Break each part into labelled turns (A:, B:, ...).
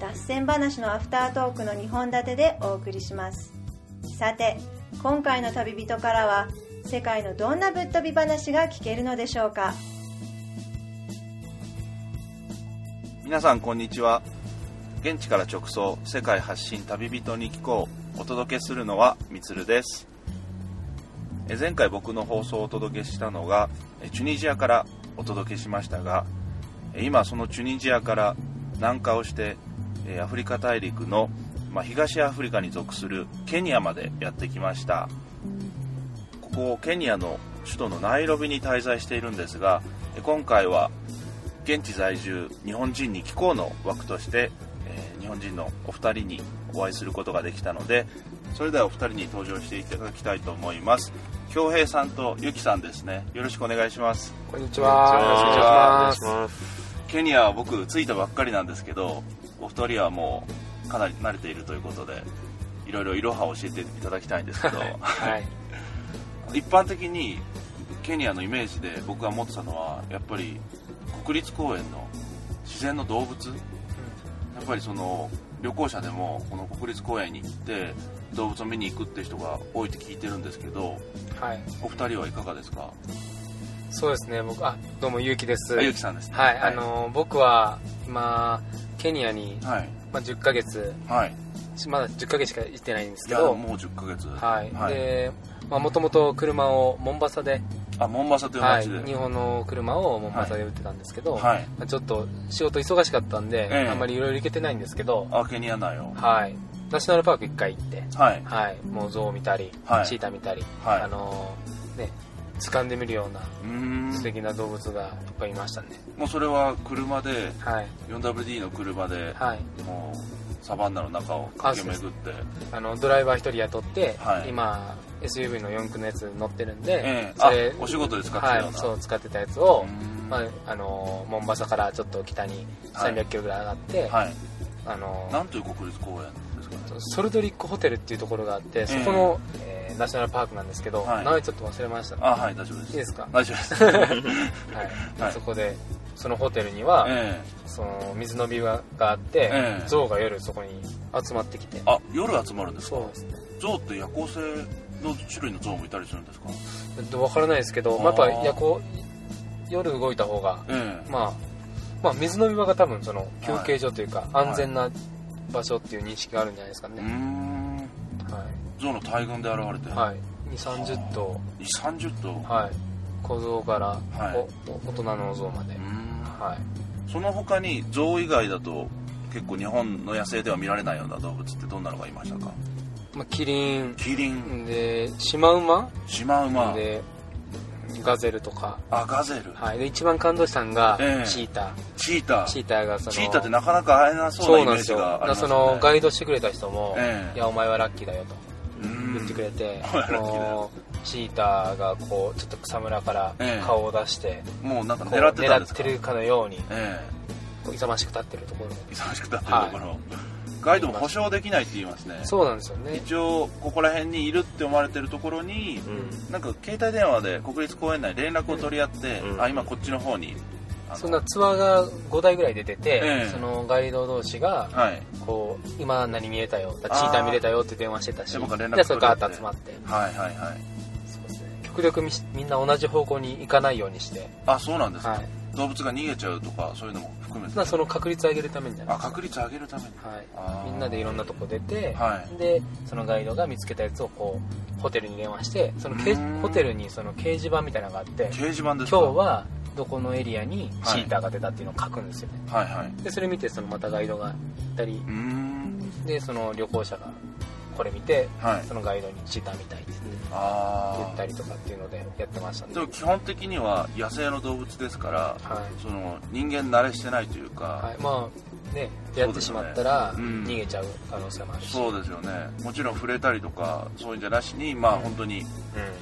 A: 脱線話のアフタートークの2本立てでお送りしますさて今回の旅人からは世界のどんなぶっ飛び話が聞けるのでしょうか
B: 皆さんこんにちは現地から直送世界発信旅人に聞こうお届けするのはみつるですえ前回僕の放送をお届けしたのがえチュニジアからお届けしましたがえ今そのチュニジアから南下をしてえアフリカ大陸の、まあ、東アフリカに属するケニアまでやってきましたここケニアの首都のナイロビに滞在しているんですがえ今回は現地在住日本人に聞こうの枠として、えー日本人のお二人にお会いすることができたのでそれではお二人に登場していただきたいと思います恭平さんとゆきさんですねよろしくお願いします
C: こんにちは。
D: お願いします。
B: ケニアは僕着いたばっかりなんですけどお二人はもうかなり慣れているということでいろいろいろはを教えていただきたいんですけど
C: はい。
B: 一般的にケニアのイメージで僕が持ってたのはやっぱり国立公園の自然の動物やっぱりその旅行者でもこの国立公園に行って動物を見に行くって人が多いって聞いてるんですけど
C: はい。
B: お二人はいかがですか
C: そうですね。僕、あ、どうも、ゆうきです。
B: あゆきさんですね
C: はい。あの、僕は、今、ケニアに、
B: はい
C: まあ、10ヶ月、
B: はい
C: まだ10ヶ月しか行ってないんです
B: い
C: け
B: や
C: ど、
B: もう10ヶ月
C: はい。で、まあ、もともと車を、モンバサで、
B: あモンバサという
C: はい。
B: 街で
C: 日本の車をモンバサで売ってたんですけど、
B: はい
C: まあちょっと仕事忙しかったんで、
B: ええ
C: あんまりいろいろ行けてないんですけど、
B: あケニア内を
C: はい。ナショナルパーク1回行って、
B: はい
C: はい。もうゾウ見たり、
B: はい
C: チータ見たり、
B: はい
C: あの、ね、掴んでみるような、
B: うーん
C: 素敵な動物がいっぱいいましたね
B: もうそれは車で
C: はい
B: 4WD の車で
C: はい
B: もうサバンナの中を駆け巡って
C: あのドライバー一人雇って、
B: はい
C: 今 SUV の四駆のやつ乗ってるんで、
B: ええ
C: そ
B: あ
C: れ
B: お仕事で使ってた
C: は
B: よう
C: いそ
B: な
C: う使ってたやつを、
B: うん
C: まあ、あのモンバサからちょっと北に
B: はい
C: 300キロぐらい上がって、
B: はい
C: あの
B: なんという国立公園ですかね
C: ソルドリックホテルっていうところがあってそこの、えーナショナルパークなんですけど、
B: はい
C: 名前ちょっと忘れました
B: あはい大丈夫です
C: いいですか
B: 大丈 夫です
C: はい
B: はい
C: そこでそのホテルには、
B: ええ
C: その水のビががあって、
B: ええ
C: 象が夜そこに集まってきて
B: あ夜集まるんですか
C: そうですね
B: 象って夜行性の種類の象もいたりするんですか
C: えっと、分からないですけど、まあ、やっぱ夜行夜動いた方が、
B: ええ
C: まあ、まあ水飲み場が多分その休憩所というか、
B: い
C: 安全な場所っていう認識があるんじゃないですか
B: うー
C: ね、
B: ん
C: は
B: 象の大群で現れて、
C: いはい、2 3 0頭、
B: い、30頭、
C: はい、小僧から
B: はい
C: おお大人のお像まで、
B: うーん
C: はい、
B: その他に象以外だと結構日本の野生では見られないような動物ってどんなのがいましたか
C: まあ、キリン
B: キリン
C: でシマウマ
B: シマウマ
C: でガゼルとか、
B: あガゼル
C: はい、で一番感動したのが
B: ええ
C: チータ
B: チータ
C: ーチ
B: ー
C: ーターがその
B: チーターってなかなか会えなそう
C: そう
B: な
C: な
B: イメ
C: んで
B: ー
C: す
B: ジ
C: よ
B: があります
C: そ
B: ね
C: のガイドしてくれた人も、
B: ええ
C: いやお前はラッキーだよと
B: うーん
C: 言ってくれて、
B: お前はラッキーだよ
C: このチーターがこうちょっと草むらから
B: ええ
C: 顔を出して、
B: もうなんか
C: こう
B: 狙ってたん
C: 狙
B: で
C: っ
B: す
C: て
B: か
C: るかのように
B: ええ
C: こう勇ましく立ってるところ
B: 忙しくなってるところ、ガイドも保証できないって言いますね
C: そうなんですよね、
B: 一応ここら辺にいるって思われてるところになんか携帯電話で国立公園内連絡を取り合って、
D: うん
B: あ今こっちの方にあの
C: そんなツアーが5台ぐらい出てて、
B: ええ
C: そのガイド同士が
B: はい
C: こう今何見えたよチー
B: あー
C: ター見れたよって電話してたし
B: で僕は連絡
C: でそれガーッ
B: 取れて
C: と集まって
B: はいはいはい
C: そうですね極力みみんな同じ方向に行かないようにして、
B: あそうなんですか、
C: はい、
B: 動物が逃げちゃうとかそういうのも含めて
C: まあその確率上げるためにじゃない
B: あ
C: ですか
B: 確率上げるために
C: はい
B: あー
C: みんなでいろんなとこ出て、
B: は
C: でそのガイドが見つけたやつをこうホテルに電話してそのけ
B: うん
C: ホテルにその掲示板みたいなのがあって
B: 掲示板です
C: 今日
B: か
C: はどこのエリアに
B: はい
C: シーターが出たっていうのを書くんですよね、
B: はいはい
C: でそれ見てそのまたガイドが行ったり
B: うーん
C: でその旅行者がこれ見て
B: はい
C: そのガイドにシーターみたいって言
B: あ
C: った
B: あ
C: りとかっていうのでやってましたね
B: でも基本的には野生の動物ですから
C: はい
B: その人間慣れしてないというか、
C: はい、まね、出会ってしまったら、
B: そうですよねうん
C: 逃げちゃう可能性もあるし、
B: そうですよねもちろん触れたりとかそういうんじゃなしにまあ本当に
C: う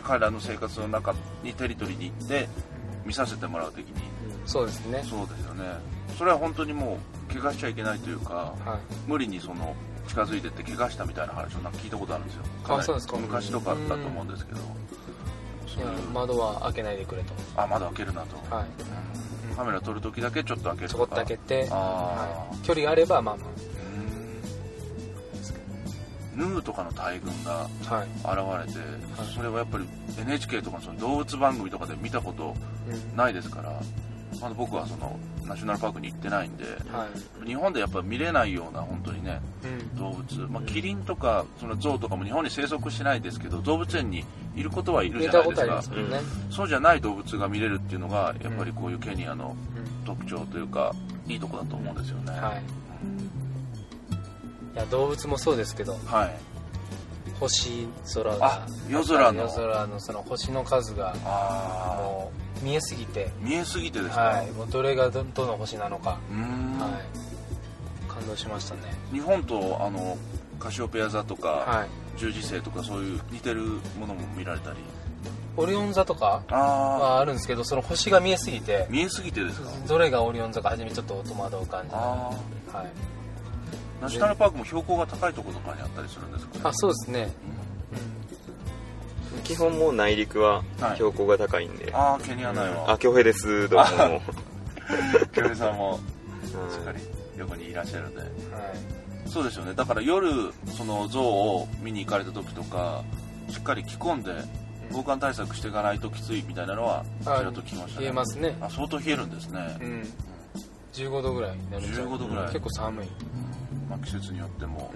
B: 彼らの生活の中にテリトリーに行って見させてもらう的に
C: ん、そうですね、
B: そうですよねそれは本当にもう怪我しちゃいけないというか
C: はい、
B: 無理にその近づいてって怪我したみたいな話をなんか聞いたことあるんですよ
C: あ
B: かなり
C: そうですか
B: 昔とかあったと思うんですけどそう
C: い
B: いう
C: や窓は開けないでくれ
B: あまだ開けるなと、
C: と、はい、
B: カメラ撮るときだけちょっと開ける
C: ちょ
B: と
C: こ
B: か
C: っと開けて、
B: あ
C: 距離があれば、まあま
B: ーうーんヌーとかの大群が
C: あ、はい、
B: 現れて、
C: はい
B: それはやっぱり NHK とかのその動物番組とかで見たこと
C: うん
B: ないですからまだ僕はそのナショナルパークに行ってないんで
C: はい、
B: 日本でやっぱり見れないような本当にね
C: うん、
B: 動物、まあ、キリンとかそのゾウとかも日本に生息しないですけど動物園にいることはいるじゃ
C: 見
B: な
C: た
B: い
C: こ
B: で
C: とあ
B: す
C: りま
B: か
C: すもんね、
B: そうじゃない動物が見れるっていうのがやっぱりこういうケニアの特徴というかいいとこだと思うんですよね
C: うんはい、いや動物もそうですけど、
B: はい、
C: 星空
B: あ
C: が、
B: 夜空の
C: 夜空のその星の数が
B: あ
C: もう見えすぎて、
B: ー見えすぎてですか、
C: はい、もうどれがどどの星なのか、
B: うーん
C: はい、感動しましたね。
B: 日本とあのカシオペア座とか、
C: はい、
B: 十字星とかそういう似てるものも見られたり
C: オリオン座とか
B: あ
C: はあるんですけど、その星が見えすぎて
B: ー、見えすぎてですか
C: どれがオリオン座か初めちょっと戸惑う感じ。は
B: あ
C: い
B: ー。ナショナルパークも標高が高いところとかにあったりするんですかね
C: あ、そうですね。
D: 基本もう内陸は
B: はい
D: 標高が高いんで、
B: ああケニア内は
D: あ京平ですどうも
B: 京平さんも
D: うん
B: しっかり横にいらっしゃるんで
C: はい。
B: そうですよねだから夜その像を見に行かれた時とかしっかり着込んで防寒対策していかないときついみたいなのはち
C: あ
B: らっと聞きましたね
C: 冷えますね。
B: あ相当冷えるんですね
C: う、ん。15度ぐらいになるんじゃない
B: 15度ぐらい
C: 結構寒い。
B: まあ、季節によっても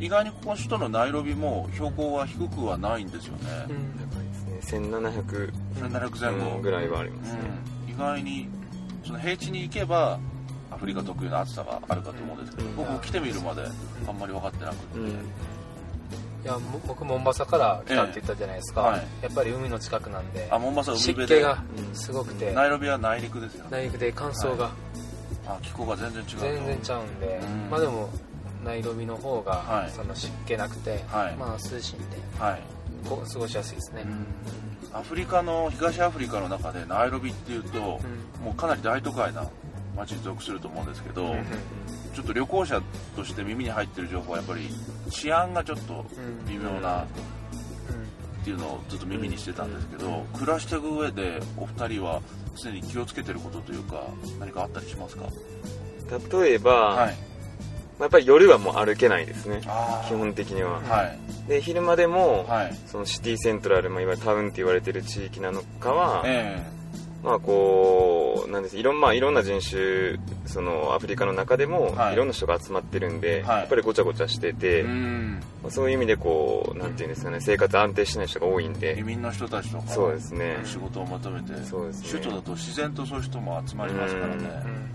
C: う、
B: 意外にここ首都のナイロビも標高は低くはないんですよね、
C: ん。うん。
D: 1700
B: 1700前後、
D: うんぐらいはありますね、
B: うん、意外にその平地に行けばアフリカ特有の暑さがあるかと思うんですけど、
D: うん
B: 僕も来てみるまであんまり分かってなくて、
D: うん
C: いや、も僕、モンバサから来たって言ったじゃないですか。
B: ええはい
C: やっぱり海の近くなんで
B: あ、モンバサ海
C: 湿
B: 辺
C: 気
B: で
C: がすごくて、
B: ナイロビは内陸ですよね
C: 内陸で乾燥が
B: あ気候が全然違うと
C: 全然ちゃうんで、
B: うん
C: まあでも、ナイロビの方
B: は
C: が
B: い
C: その湿気なくて、
B: はい
C: まあ涼しいんで、
B: はい、
C: こう過ごしやすいですね。
B: アフリカの東アフリカの中でナイロビっていうと、もうかなり大都会な街に属すると思うんですけど、
C: うん
B: ちょっと旅行者として耳に入ってる情報はやっぱり治安がちょっと
C: うん
B: 微妙な
C: うん
B: っていうのをずっと耳にしてたんですけど、暮らしていく上でお二人は常に気をつけてることというか何かあったりしますか
D: 例えば、
B: はい
D: まあやっぱり夜はもう歩けないですね
B: あー
D: 基本的には、
B: はい
D: で昼間でも、
B: はい
D: そのシティセントラル、まあ、いわゆるタウンって言われてる地域なのかは、
B: え
D: まあこうなんですいろん,、まあ、いろんな人種そのアフリカの中でも、
B: はい
D: い、ろんな人が集まってるんで、
B: はい
D: やっぱりごちゃごちゃしてて、
B: えうん
D: まあそういう意味でこうなんていうんですかね生活安定してない人が多いん
B: 移
D: で
B: 民の人たちとか
D: そうですね
B: 仕事を求めて
D: そうですね
B: 首都だと自然とそういう人も集まりますからね
D: うん
C: うん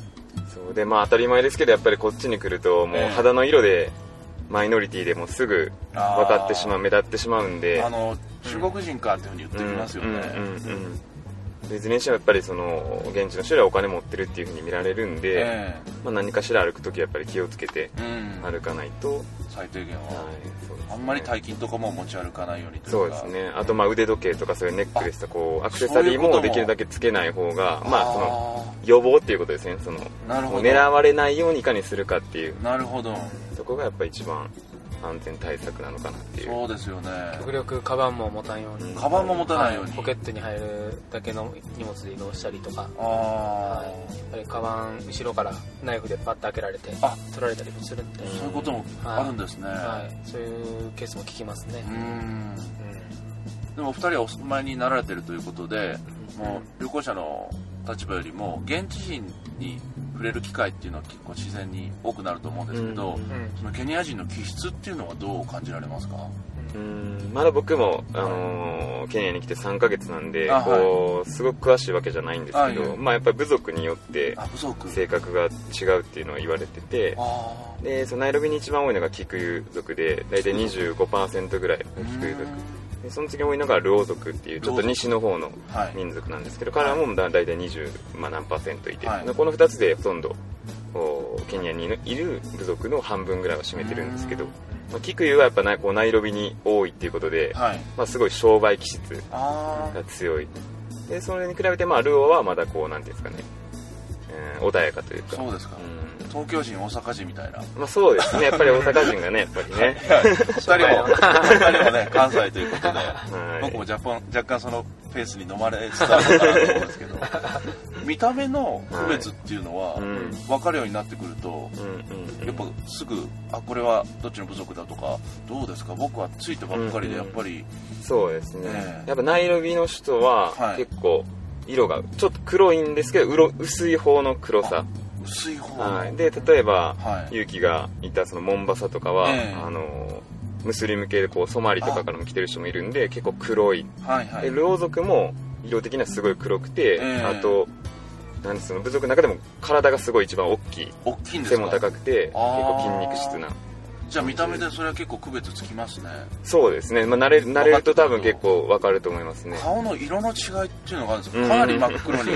D: そうでまあ当たり前ですけどやっぱりこっちに来るとも
B: ええ
D: う肌の色でマイノリティでもすぐ
B: あー
D: 分かってしまう目立ってしまうんで
B: あの中国人かっていうふうに言ってきますよね、
D: うんうんうんうんでいずれにしてもやっぱりその現地の人らはお金持ってるっていうふうに見られるんで、
B: え
D: まあ、何かしら歩く時はやっぱり気をつけて
B: えうん
D: 歩かないと、はい
B: 最低限は、
D: そうですね
B: あんまり大金とかも持ち歩かないようにと
D: そ
B: いうう
D: で
B: か
D: すねあとまあ腕時計とかそういうネックレスとかこうアクセサリー
B: そういうことも
D: もできるだけつけない方がまあその
B: の
D: 予防っていうことですねその
B: なる
D: も
B: ほ
D: う
B: ど
D: 狙われないようにいかにするかっていう
B: なるほど
D: そこがやっぱ一番安全対策なのかなっていう
B: そうですよね
C: 極力カバンも持たんように
B: カバンも持たないように
C: ポケットに入るだけの荷物で移動したりとか
B: あ
C: はいやっぱりカバン後ろからナイフでパッと開けられて
B: あ
C: 取られたりもするんで、
B: あそういうこともあるんですね、
C: はい、そういうケースも聞きますね
B: う、ん
C: うん
B: でもお二人はお住まいになられてるということでもう旅行者の立場よりも現地人に触れる機会っていうのは結構自然に多くなると思うんですけど、
D: うん
C: うん
B: そのケニア人の気質っていうのはどう感じられますか
D: うんまだ僕も、あのーケニアに来て3ヶ月なんで
B: あ
D: こうすごく詳しいわけじゃないんですけ
B: あいえ
D: ど、まあ、やっぱり部族によって
B: あ部族
D: 性格が違うっていうのは言われてて
B: あ
D: でそのナイロビに一番多いのがキクユ族で大体25%ぐらいが
B: ー
D: キクユ族でその次多いのがルオ族っていうちょっと西の方の
B: はい
D: 民族なんですけど彼らもだ大体20、まあ、何パーセントいて、
B: はい
D: この2つでほとんどおケニアにいる部族の半分ぐらいは占めてるんですけど、まあ、キクユはやっぱなこうナイロビに多いっていうことで、
B: はい
D: まあ、すごい商売気質
B: あ
D: が強いでそれに比べて、まあ、ルオはまだこうなんていうんですかね、えー穏やかという
B: あ
D: か
B: そうですか、
D: うん
B: 東京人大阪人みたいな
D: まあ、そうですねやっぱり大阪人がねやっぱりね、
B: 2人も二人もね関西ということで
D: は い、
B: 僕も若干若干そのペースに飲まれつつあるかなと思うんですけど見た目の区別っていうのは
D: うんうん
B: 分かるようになってくると
D: うんうん
B: やっぱすぐあこれはどっちの部族だとかどうですか僕はついてばっかりでやっぱり
D: そうですね、
B: ねえ
D: やっぱナイロビの人
B: は
D: はい結構色がちょっと黒いんですけどうろ薄い方の黒さ、
B: 薄い方
D: はい、で例えば
B: はい
D: 勇気がいたそのモンバサとかは、
B: ええ
D: あのムスリム系でこうソマリとかからも来てる人もいるんで結構黒い、
B: はいは
D: で
B: い
D: ルオ族も色的にはすごい黒く
B: え
D: て、
B: え
D: あとなんでその部族の中でも体がすごい一番大きい
B: 大きいんです
D: 背も
B: か
D: 高くて結
B: あ
D: 構筋
B: ー
D: 肉質な
B: じゃあ見た目でそれは結構区別つきますね
D: そうですね、まあ、慣れ慣れると多分結構わかると思いますね
B: 顔の色の違いっていうのがあるんです
D: う
B: よ
D: ん
B: かなり真っ黒 に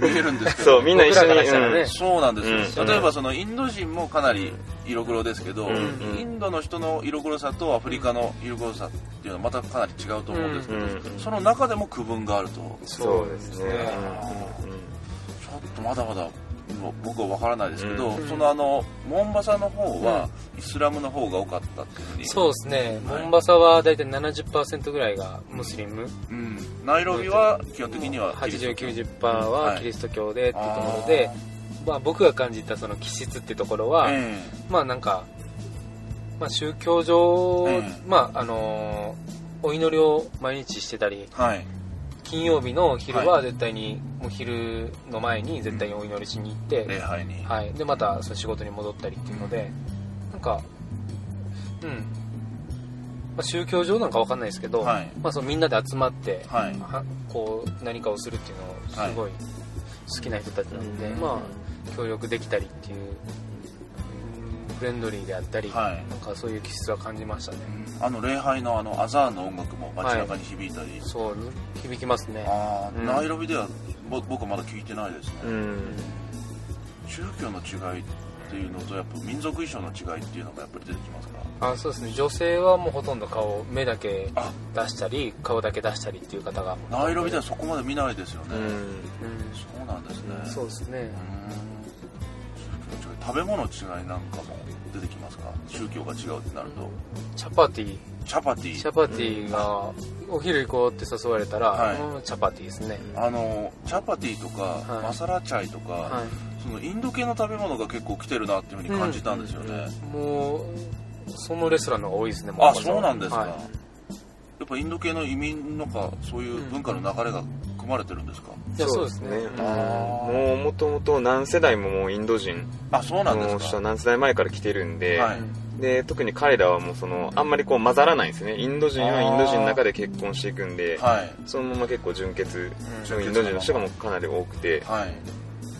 B: 見えるんですけど
D: そうみんな一緒に、
C: 僕らからしたらね
B: そうなんですよ、
D: うん
B: 例えばそのインド人もかなり色黒ですけど、
D: うんうん
B: インドの人の色黒さとアフリカの色黒さっていうのはまたかなり違うと思うんですけ
D: う
B: ど、
D: ん
B: その中でも区分があるとちょ
D: そうですね、
B: っとまだまだ僕は分からないですけど、
D: うん
B: そのあのモンバサの方はイスラムの方が多かったっていうふうに
C: そうですね、
B: はい
C: モンバサは大体70%ぐらいがムスリム、
B: うん、ナイロビは基本的にはキリスト教
C: 8090%
B: は
C: はいキリスト教でっていうところで、まあ、僕が感じたその気質ってところ
B: あ
C: は、
B: ーえ
C: まあなんか、まあ、宗教上、
B: うん
C: まああのーお祈りを毎日してた
B: え
C: り
B: はい
C: 金曜日の昼
B: は
C: は絶対に、もう昼の前に絶対にお祈りしに行って、
B: 礼拝に、
C: はい、でまたその仕事に戻ったりっていうので、なんか、うんまあ、宗教上なんかわかんないですけど、
B: はい
C: まあ、そのみんなで集まって、
B: はい
C: はこう何かをするっていうのをすごい好きな人たちなので、まあ、協力できたりっていう、うんフレンドリーであったり、
B: はい
C: なんかそういう気質は感じましたね。
B: あの礼拝のあのアザーンの音楽も街中に響いたり、
C: そう響きますね
B: ああ、
C: うん
B: ナイロビではぼ僕はまだ聞いてないですね、
D: うん
B: 宗教の違いっていうのとやっぱ民族衣装の違いっていうのがやっぱり出てきますか
C: あそうですね女性はもうほとんど顔目だけ
B: あ
C: 出したり顔だけ出したりっていう方が
B: ナイロビではそこまで見ないですよね、
D: うん
C: うん
B: そうなんですね
C: そうですね
B: うーん宗教の違い食べ物の違いなんかも出てきますか宗教が違うってなると
C: チャパティ
B: チャパテ
C: チャ
B: ィ
C: パティがお昼行こうって誘われたら、
B: はい
C: うんチャパティですね、
B: あのチャパティとか、
C: はい
B: マサラチャイとか、
C: は
B: そのインド系の食べ物が結構来てるなっていうふうに感じたんですよね、
C: い、もうそのレストランの方が多いですねも
B: あそうなんですか、
C: はい
B: やっぱインド系の移民のかそういう文化の流れが組まれてるんですか、
C: いやそうですね
D: そうです
C: う
D: ね
B: あ
C: ん
D: もうもともと何世代ももうインド人
B: あそうなん
D: の
B: です
D: 人
B: か
D: は何世代前から来てるんで,、
B: はい
D: で特に彼らはもうそのあんまりこう混ざらないんですねインド人はインド人の中で結婚していくんで、
B: はい
D: そのまま結構純血
B: 純
D: のインド人の人がもうかなり多くて
B: はい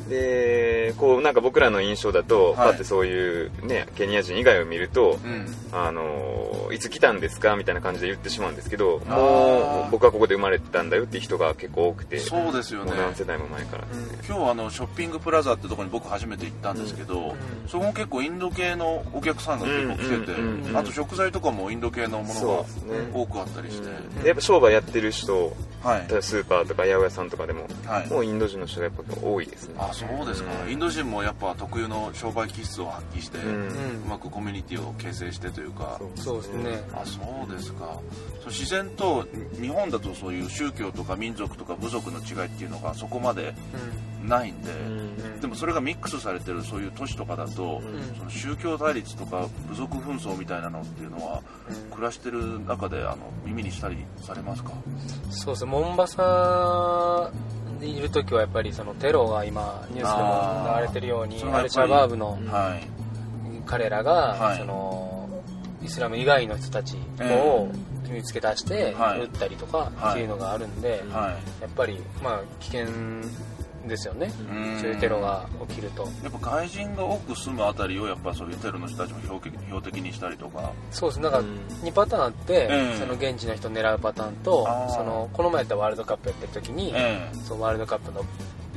D: でこうなんか僕らの印象だと、
B: はい
D: パッてそういう、ね、ケニア人以外を見ると、
B: うん
D: あのーいつ来たんですかみたいな感じで言ってしまうんですけど
B: あー
D: もう僕はここで生まれてたんだよっていう人が結構多くて
B: そうですよ
D: も
B: ね
D: う何世代も前から
C: うん
B: 今日あのショッピングプラザってとこに僕初めて行ったんですけど、
C: うん
B: そこも結構インド系のお客さんが結構来てて、
D: うんうん
C: うん
B: あと食材とかもインド系のもの
D: そう
B: が
D: ですね
B: 多くあったりして、
D: でやっぱ商売やってる人
B: はい
D: 例えばスーパーとか八百屋さんとかでも
B: はい
D: もうインド人の人がやっぱ多いですね
B: あそうですか、
D: うん
B: インド人もやっぱ特有の商売気質を発揮して、
D: う
B: うんまくコミュニティを形成してというか
C: そうですね
B: あそうですかそう自然とに日本だとそういう宗教とか民族とか部族の違いっていうのがそこまでないんで、
C: うん
B: でもそれがミックスされてるそういう都市とかだと、
C: うん
B: その宗教対立とか部族紛争みたいなのっていうのは
C: うん
B: 暮らしてる中であの耳にしたりされますか
C: そうですねモンバサにいる時はやっぱりそのテロが今ニュースでも流れてるように
B: あー
C: アルチャバーブの
B: はい
C: 彼ら
B: は
C: が
B: い
C: そのイスラム以外の人たちを決めつけ出して
B: はい
C: 撃ったりとか
B: はい
C: っていうのがあるんで
B: は
C: やっぱりまあ危険ですよね
B: い
C: そういうテロが起きると
B: やっぱ外人が多く住むあたりをやっぱそういうテロの人たちも標的標的にしたりとか
C: そうですねなんか2パターンあって
B: ええ
C: その現地の人を狙うパターンと
B: あー
C: そのこの前やったワールドカップやってる時に
B: え
C: そうワールドカップの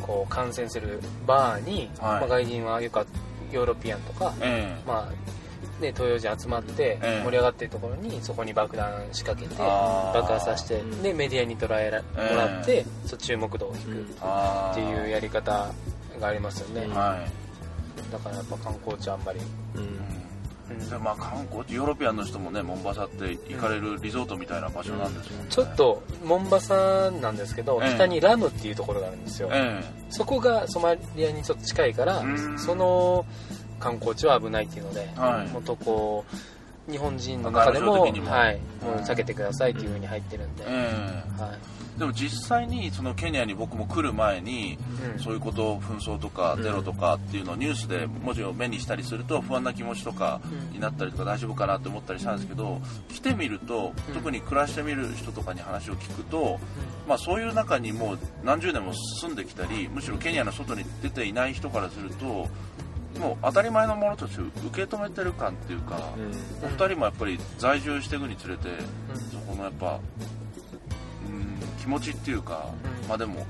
C: こう観戦するバーに、
B: はい
C: まあ、外人はよくヨーロピアンとか、
B: ええ
C: まあね、東洋人集まって
B: ええ
C: 盛り上がってるところにそこに爆弾仕掛けて
B: あー
C: 爆破させて
D: うん
C: でメディアに捉えら
B: ええ
C: もらって、そう注目度を引く
B: あ
C: っていうやり方がありますよね、
D: うん
C: だ
B: はい、
C: からやっぱ観光地あんまり、
B: うんでまあ観光地ヨーロピアンの人もねモンバサって行かれるリゾートみたいな場所なんですもんね
C: ちょっとモンバサなんですけど、
B: ええ
C: 北にラムっていうところがあるんですよ、
B: え
C: そこがソマリアにちょっと近いから
B: うん
C: その観光地は危ないっていうので、
B: えはい
C: もっとこう日本人の中でも
B: 外来種的にも
C: はい、もう避けてくださいっていうふうに入ってるんで、
B: え
C: はい
B: えでも実際にそのケニアに僕も来る前に
C: うん
B: そういうこと紛争とかテロとかっていうのをニュースで文字を目にしたりすると不安な気持ちとかになったりとか大丈夫かなって思ったりしたんですけど来てみると
C: うん
B: 特に暮らしてみる人とかに話を聞くと、まあ、そういう中にもう何十年も住んできたりむしろケニアの外に出ていない人からするともう当たり前のものとして受け止めてる感っていうか、お二人もやっぱり在住していくにつれてそこのやっぱうん気持ちっていうか、
C: うん
B: まあでも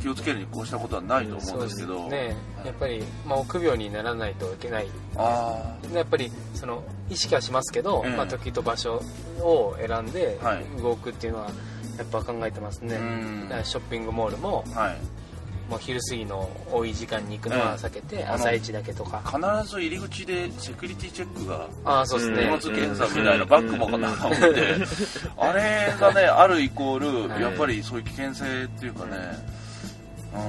B: 気をつけるに越したことはないと思うんですけど、
C: そうですねやっぱり、まあ、臆病にならないといけない
B: あ
C: やっぱりその意識はしますけど、
B: ええ
C: まあ、時と場所を選んで
B: はい
C: 動くっていうのはやっぱ考えてます
B: あ
C: ね、
B: うん
C: だからショッピングモールも
B: はい
C: もう昼過ぎの多い時間に行くの
B: ええ
C: は避けて、
B: の
C: 朝一だけとか
B: 必ず入り口でセキュリティチェックが
C: ああそうです
B: 荷
C: ね
B: 物、検査みたいな
D: うん
B: バッグもなんか持ってあれがねあるイコー
C: は
B: ル
C: い
B: やっぱりそういう危険性っていうかね、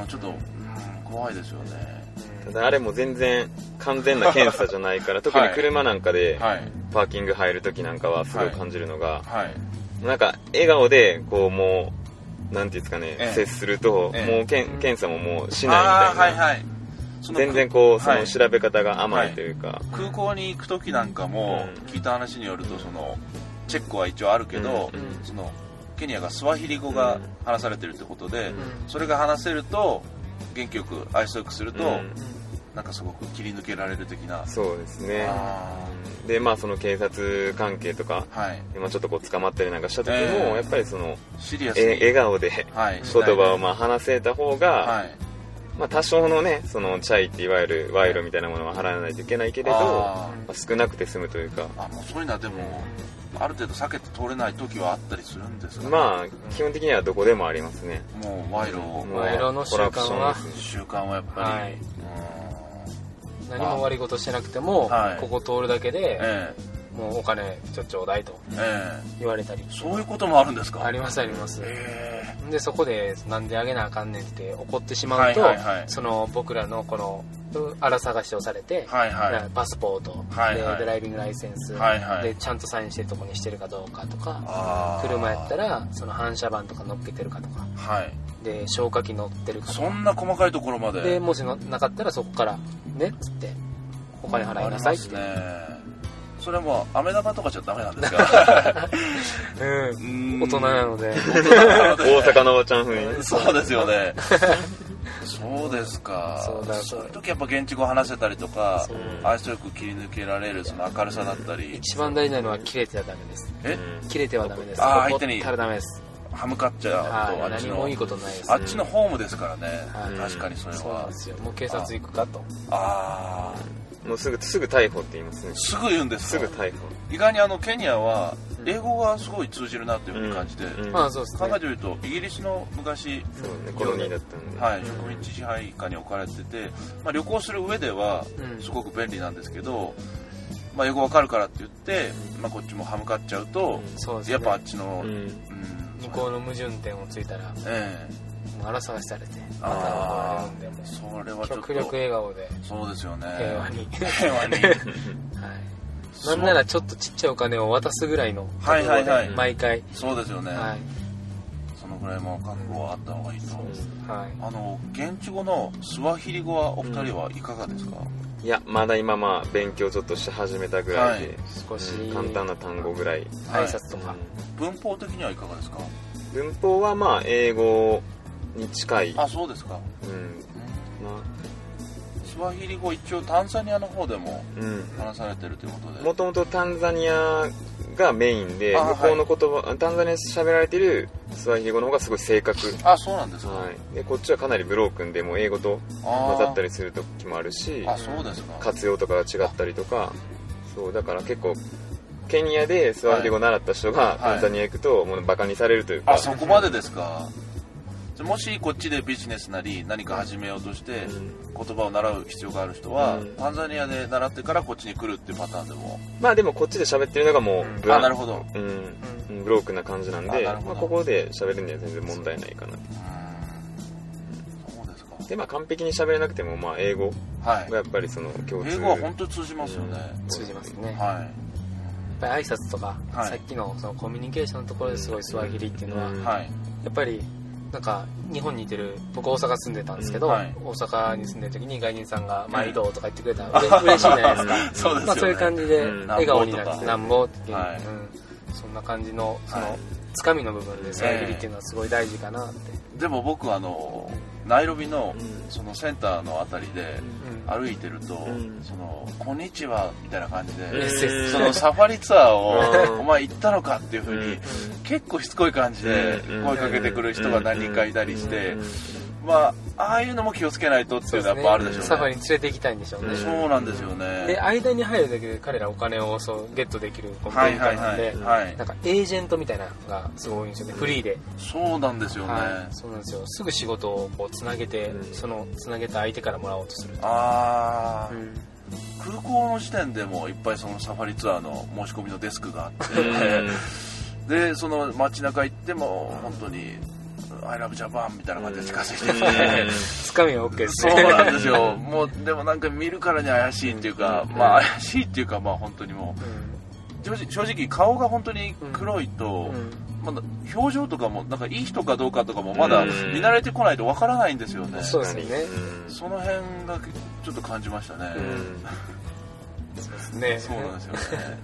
B: うん、ちょっと、うん怖いですよね
D: ただあれも全然完全な検査じゃないから特に車なんかで
B: はい
D: パーキング入る時なんかはすごい感じるのが、
B: はい
D: なんか笑顔でこうもうなんていうんですかね、
B: ええ
D: 接すると、
B: ええ
D: もうけん検査ももうしない
B: あ
D: み
B: ーは
D: たい
B: い
D: な、
B: はいその
D: 全然こうそ
B: はい
D: の調べ方が甘いというか、
B: 空港に行く時なんかも
D: うん
B: 聞いた話によるとそのチェックは一応あるけど、
D: うん
B: そのケニアがスワヒリ語が話されてるってことで、
D: うん
B: それが話せると元気よく愛想よくすると、
D: うん
B: なんかすごく切り抜けられる的な、
D: そうですね
B: あ
D: でまあその警察関係とか
B: ーはい
D: 今ちょっとこう捕まったりなんかした時も、
B: ええ
D: やっぱりその
B: シリアスに
D: え笑顔で
B: はい、
D: 言葉をまあ話せた方が、
B: はい
D: まあ、多少のねそのチャイっていわゆる賄賂みたいなものは払わないといけないけれど、ま
B: あ
D: あ少なくて済むというか
B: ーあもうそういうのはでもある程度避けて通れない時はあったりするんですかね
D: まあ基本的にはどこでもありますね
B: もう賄賂を
D: もう
C: 賄賂の習慣は
D: コラプションですね
B: 習慣はやっぱり、
C: はい、
B: うん
C: 何も悪いことしてなくても、
B: はい
C: ここ通るだけで、
B: え
C: もうお金ちょちょうだいと
B: ええ
C: 言われたり
B: えそういうこともあるんですか
C: ありますあります
B: え
C: でそこでなんであげなあかんねんって怒ってし
B: え
C: ま
B: は
C: う
B: い
C: と、
B: はいはい
C: その僕らのこのう荒探しをされて、
B: はいはい
C: なパスポート、
B: はいはい
C: でドライビングライセンス、
B: はいはい
C: でちゃんとサインしてるとこにしてるかどうかとか
B: あー
C: 車やったらその反射板とか乗っけてるかとか
B: はい
C: で消火器乗ってるかと
B: そ
C: か
B: んな細かいところまで
C: でもしのなかったらそこからねっつってお金払いなさいっ
B: あ
C: て、
B: りますねそれはもう飴玉とかじゃダメなんです か
C: う
B: うんん
C: 大人なので
B: 大人なので
D: 大阪のおばちゃん風に
B: そうですよ ねそうですか
C: そうだ
B: そういう時やっぱ現地語話せたりとか
C: そう
B: 愛想よく切り抜けられるその明るさだったり
C: 一番大事なのは切れてはダメです
B: え
D: う
C: 切れてはダメです
B: あー
C: 怒
B: 相手に
C: ったらダメです
B: 歯向かっちゃうと
C: は
B: あ
C: い
B: っち
C: 何
B: の
C: もいいことないです
B: あっちのホームですからね、
C: はい
B: 確かにそれ
C: そうなん
B: は
C: ですよもう警察行くかと
B: ああ
D: んもうすぐすぐ逮捕って言いますね
B: すぐ言うんです
D: す
B: か
D: ぐ逮捕
B: 意外にあのケニアは
C: うん
B: 英語がすごい通じるなっていうふうに感じて、
D: うんうん
C: まあそうです
B: 考
C: ね
B: えてみるとイギリスの昔、
D: そうねコロニーだったんで、
B: はい、植民地支配下に置かれてて、まあ、旅行する上では
C: うん
B: すごく便利なんですけど、まあ、英語わかるからって言って、まあ、こっちも歯向かっちゃうと、
C: そうですね
B: やっぱあっちの、
D: う
B: うん
D: ん
C: 向こうの矛盾点をついたらも
B: え
C: う荒探しされてまた怒られ
B: あ
C: るんでも
B: え
C: う
B: それはちょっと
C: 極力笑顔で
B: そうですよね
C: 平 和に、
B: 平和に
C: はい、 なんならちょっとちっちゃいお金を渡すぐらいの
B: はいはいはい
C: 毎回
B: そうですよね、
C: はい
B: そのぐらいも覚悟はあった方がいいと
C: はい
B: あの現地語のスワヒリ語はお二人はいかがですか、
D: いやまだ今まあ勉強ちょっとし始めたぐらいで、
C: 少し
D: うん簡単な単語ぐらい、
B: はい
C: 挨拶とか
B: 文法的にはいかがですか
D: 文法はまあ英語に近い、
B: あそうですか
D: うんま
B: スワヒリ語一応タンザニアの方でも
D: あうん
B: 話されてるということで
D: もともとタンザニアがメインで
B: あ
D: 向こうの言葉、タンザニアで喋られてるスワヒリ語の方がすごい正確、
B: あそうなんですか、
D: はい、でこっちはかなりブロークンでもう英語と
B: あ
D: 混ざった
B: り
D: りする時もあるし
B: あそうですか
D: 活用とかが違ったりとかそうだから結構ケニアでスワヒリ語習った人がタンザニア行くともうバカにされるというか、
B: あそこまでですかじゃもしこっちでビジネスなり何か始めようとして言葉を習う必要がある人は、
D: うん
B: タンザニアで習ってからこっちに来るっていうパターンでも、
D: まあでもこっちで喋ってるのがもうブ
B: あ
D: ラ
B: な
D: ン
B: るほど
D: うんうんブロークンな感じなんで
B: あなるほ
D: ま
B: ど
D: あ、ここで喋るには全然問題ないかな
B: うんそうです
D: でまあ完璧に喋れなくてもまあ英語
B: かはい
D: がやっぱりその共通
B: 英語は本当に通じますよね、
C: 通じますね、やっ
B: は
C: ぱり挨拶とか、
B: はい
C: さっきのそのコミュニケーションのところですごいスワヒリっていうのは、
D: うん
B: いはい
C: やっぱりなんか日本にいてる僕大阪住んでたんですけど、
B: うんはい
C: 大阪に住んでる時に外人さんが「
B: はい
C: 毎度」とか言ってくれたらうれ嬉しいじゃないですか
B: そうですよね
C: まあ、そういう感じで
D: うん
C: 笑顔になって「
B: な
C: なんぼ」っていう、
B: はい
C: うんそんな感じのそ
B: は
C: の
B: い
C: つかみの部分でスワヒリっていうのはすごい大事かなって、
B: でも僕あのナイロビの
D: うん
B: そのセンターのあたりで
C: うん
B: 歩いてると、
D: うん
B: その「こんにちは」みたいな感じで、
C: ん
B: そのサファリツアー
D: う
B: を「
D: ん
B: お前行ったのか」っていうふうに、結構しつこい感じで
D: うん
B: 声かけてくる人が何人かいたりして
D: うん
B: まあああいうのも気をつけないとっていうのはやっぱあるでしょうね
C: サファリに連れて行きたいんでしょうね、
D: うん
B: そうなんですよ
C: で
B: ね
C: 間に入るだけで彼らお金をそうゲットできるコン
B: は
C: ピュ
B: い
C: ー
B: は
C: タ
B: い
C: ーな
B: は
C: んで、
B: いはい
C: なんかエージェントみたいなのがすごいんですよねフリーで
B: そうなんですよね
C: はい、そうなんですよすぐ仕事をこうつなげて、
D: うん
C: そのつなげた相手からもらおうとすると、
B: ああ
C: うん
B: 空港の時点でもういっぱいそのサファリツアーの申し込みのデスクがあっ
D: うん
B: てでその街中行っても本当に「I love Japan」みたいな感じで近づいてきて
C: つかみは OK です
B: そう
C: ね
B: なんですよ もうでもなんか見るからに怪しいっていうか
C: うん
B: まあ怪しいっていうかまあ本当にもう正直正直顔が本当に黒いと
C: うん、うん
B: まだ表情とかもなんかいい人かどうかとかもまだ
D: うん
B: 見慣れてこないとわからないんですよね、
C: そうですよね
B: その辺がちょっと感じましたね、
D: うん
C: ね
B: そうなんですよね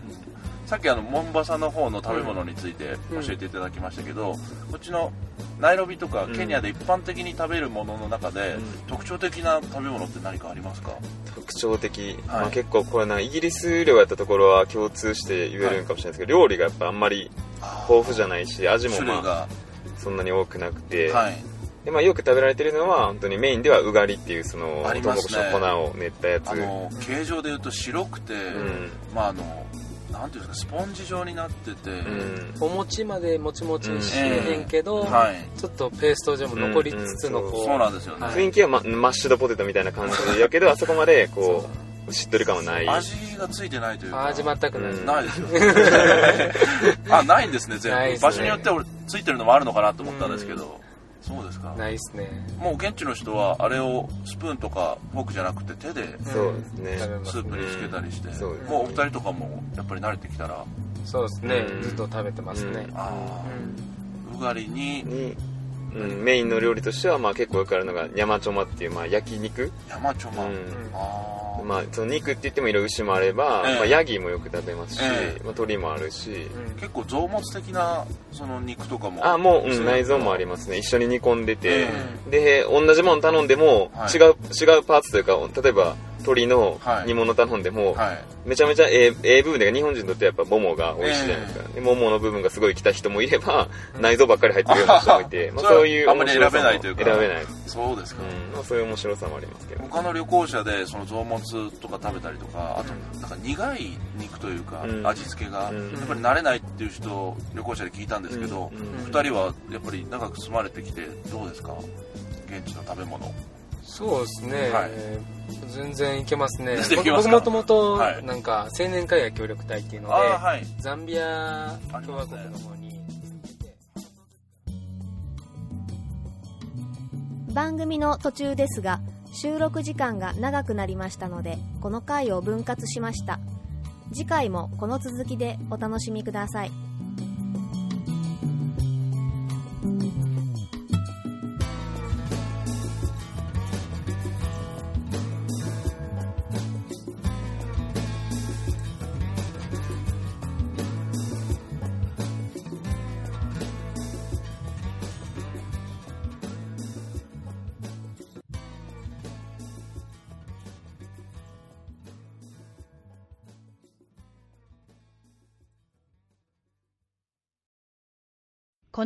B: さっきあのモンバサの方の食べ物について教えていただきましたけど、こっちのナイロビとかケニアで一般的に食べるものの中で、
D: うん
B: 特徴的な食べ物って何かありますか
D: 特徴的、
B: はい
D: まあ、結構これなイギリス領やったところは共通して言えるんかもしれないですけど、料理がやっぱあんまり豊富じゃないし味も
B: 種類
D: まあ
B: が、
D: そんなに多くなくて、
B: はい
D: でまあ、よく食べられてるのは本当にメインではうがりっていうその
B: ありますね
D: トウモロコシの粉を練ったやつ
B: あの形状でいうと白くて、
D: うん
B: まああのなんていうんですかスポンジ状になってて、
D: うん
C: お餅までもちもちにしへんけど、
B: はい
C: ちょっとペースト状も残りつつの
D: うん
C: こう,、
B: そうなんですよね、
C: はい
D: 雰囲気はママッシュドポテトみたいな感じやけどあそこまでこうしっとり感はない
B: 味がついてないというか
C: 味全くない、
D: うん
B: ないですよね あないんですね全部
C: ないですね
B: 場所によってはついてるのもあるのかなと思ったんですけど、そうですか
C: ないですね
B: もう現地の人はあれをスプーンとかフォークじゃなくて手で
D: そうですね
C: 食べます
B: スープにつけたりして、
D: うんそうですね
B: もうお二人とかもやっぱり慣れてきたら
C: そうですね、
D: うん
C: ずっと食べてますね、
B: あーうがりに
D: に、うん、メインの料理としてはまあ結構よくあるのがヤマチョマっていうまあ焼き肉、
B: 山ちょま、
D: うん
B: あー
D: まあ、その肉って言ってもいろいろ牛もあれば、
B: ええ
D: まあ、ヤギもよく食べますし、
B: ええ
D: まあ、鳥もあるし、
C: うん
B: 結構臓物的なその肉とかも
D: あもう、う
B: そ
D: ん、内臓もありますね一緒に煮込んでて、
B: え
D: で同じもの頼んでも、
B: はい
D: 違う違うパーツというか例えば鳥の
B: はい
D: 煮物頼んでも、
B: はい
D: めちゃめちゃええええ部分で日本人にとってやっぱももが美味しいじゃないですか、でももの部分がすごい来た人もいれば、
C: うん
D: 内臓ばっかり入ってるような人も いてまあ
B: それは
D: そういう
B: あんまり
D: 面白さも
B: 選べないというか
D: 選べない、うん
B: そうですか、
D: まあ、そういう面白さもありますけど
B: 他の旅行者でその臓物とか食べたりとかあとなんか苦い肉というか、
D: うん
B: 味付けが、
D: うん
B: やっぱり慣れないっていう人旅行者で聞いたんですけど、
D: うんうん
B: 2人はやっぱり長く住まれてきてどうですか現地の食べ物
C: そうですね、
B: はい
C: 全然いけま すね
B: 全然いけ
C: 僕
B: ます
C: 僕
B: か
C: もともと
B: はい
C: なんか青年海外協力隊っていうの
B: あ
C: で、
B: あはい
C: ザンビア共和国の方に
E: 番組の途中ですが収録時間が長くなりましたのでこの回を分割しました次回もこの続きでお楽しみくださいこ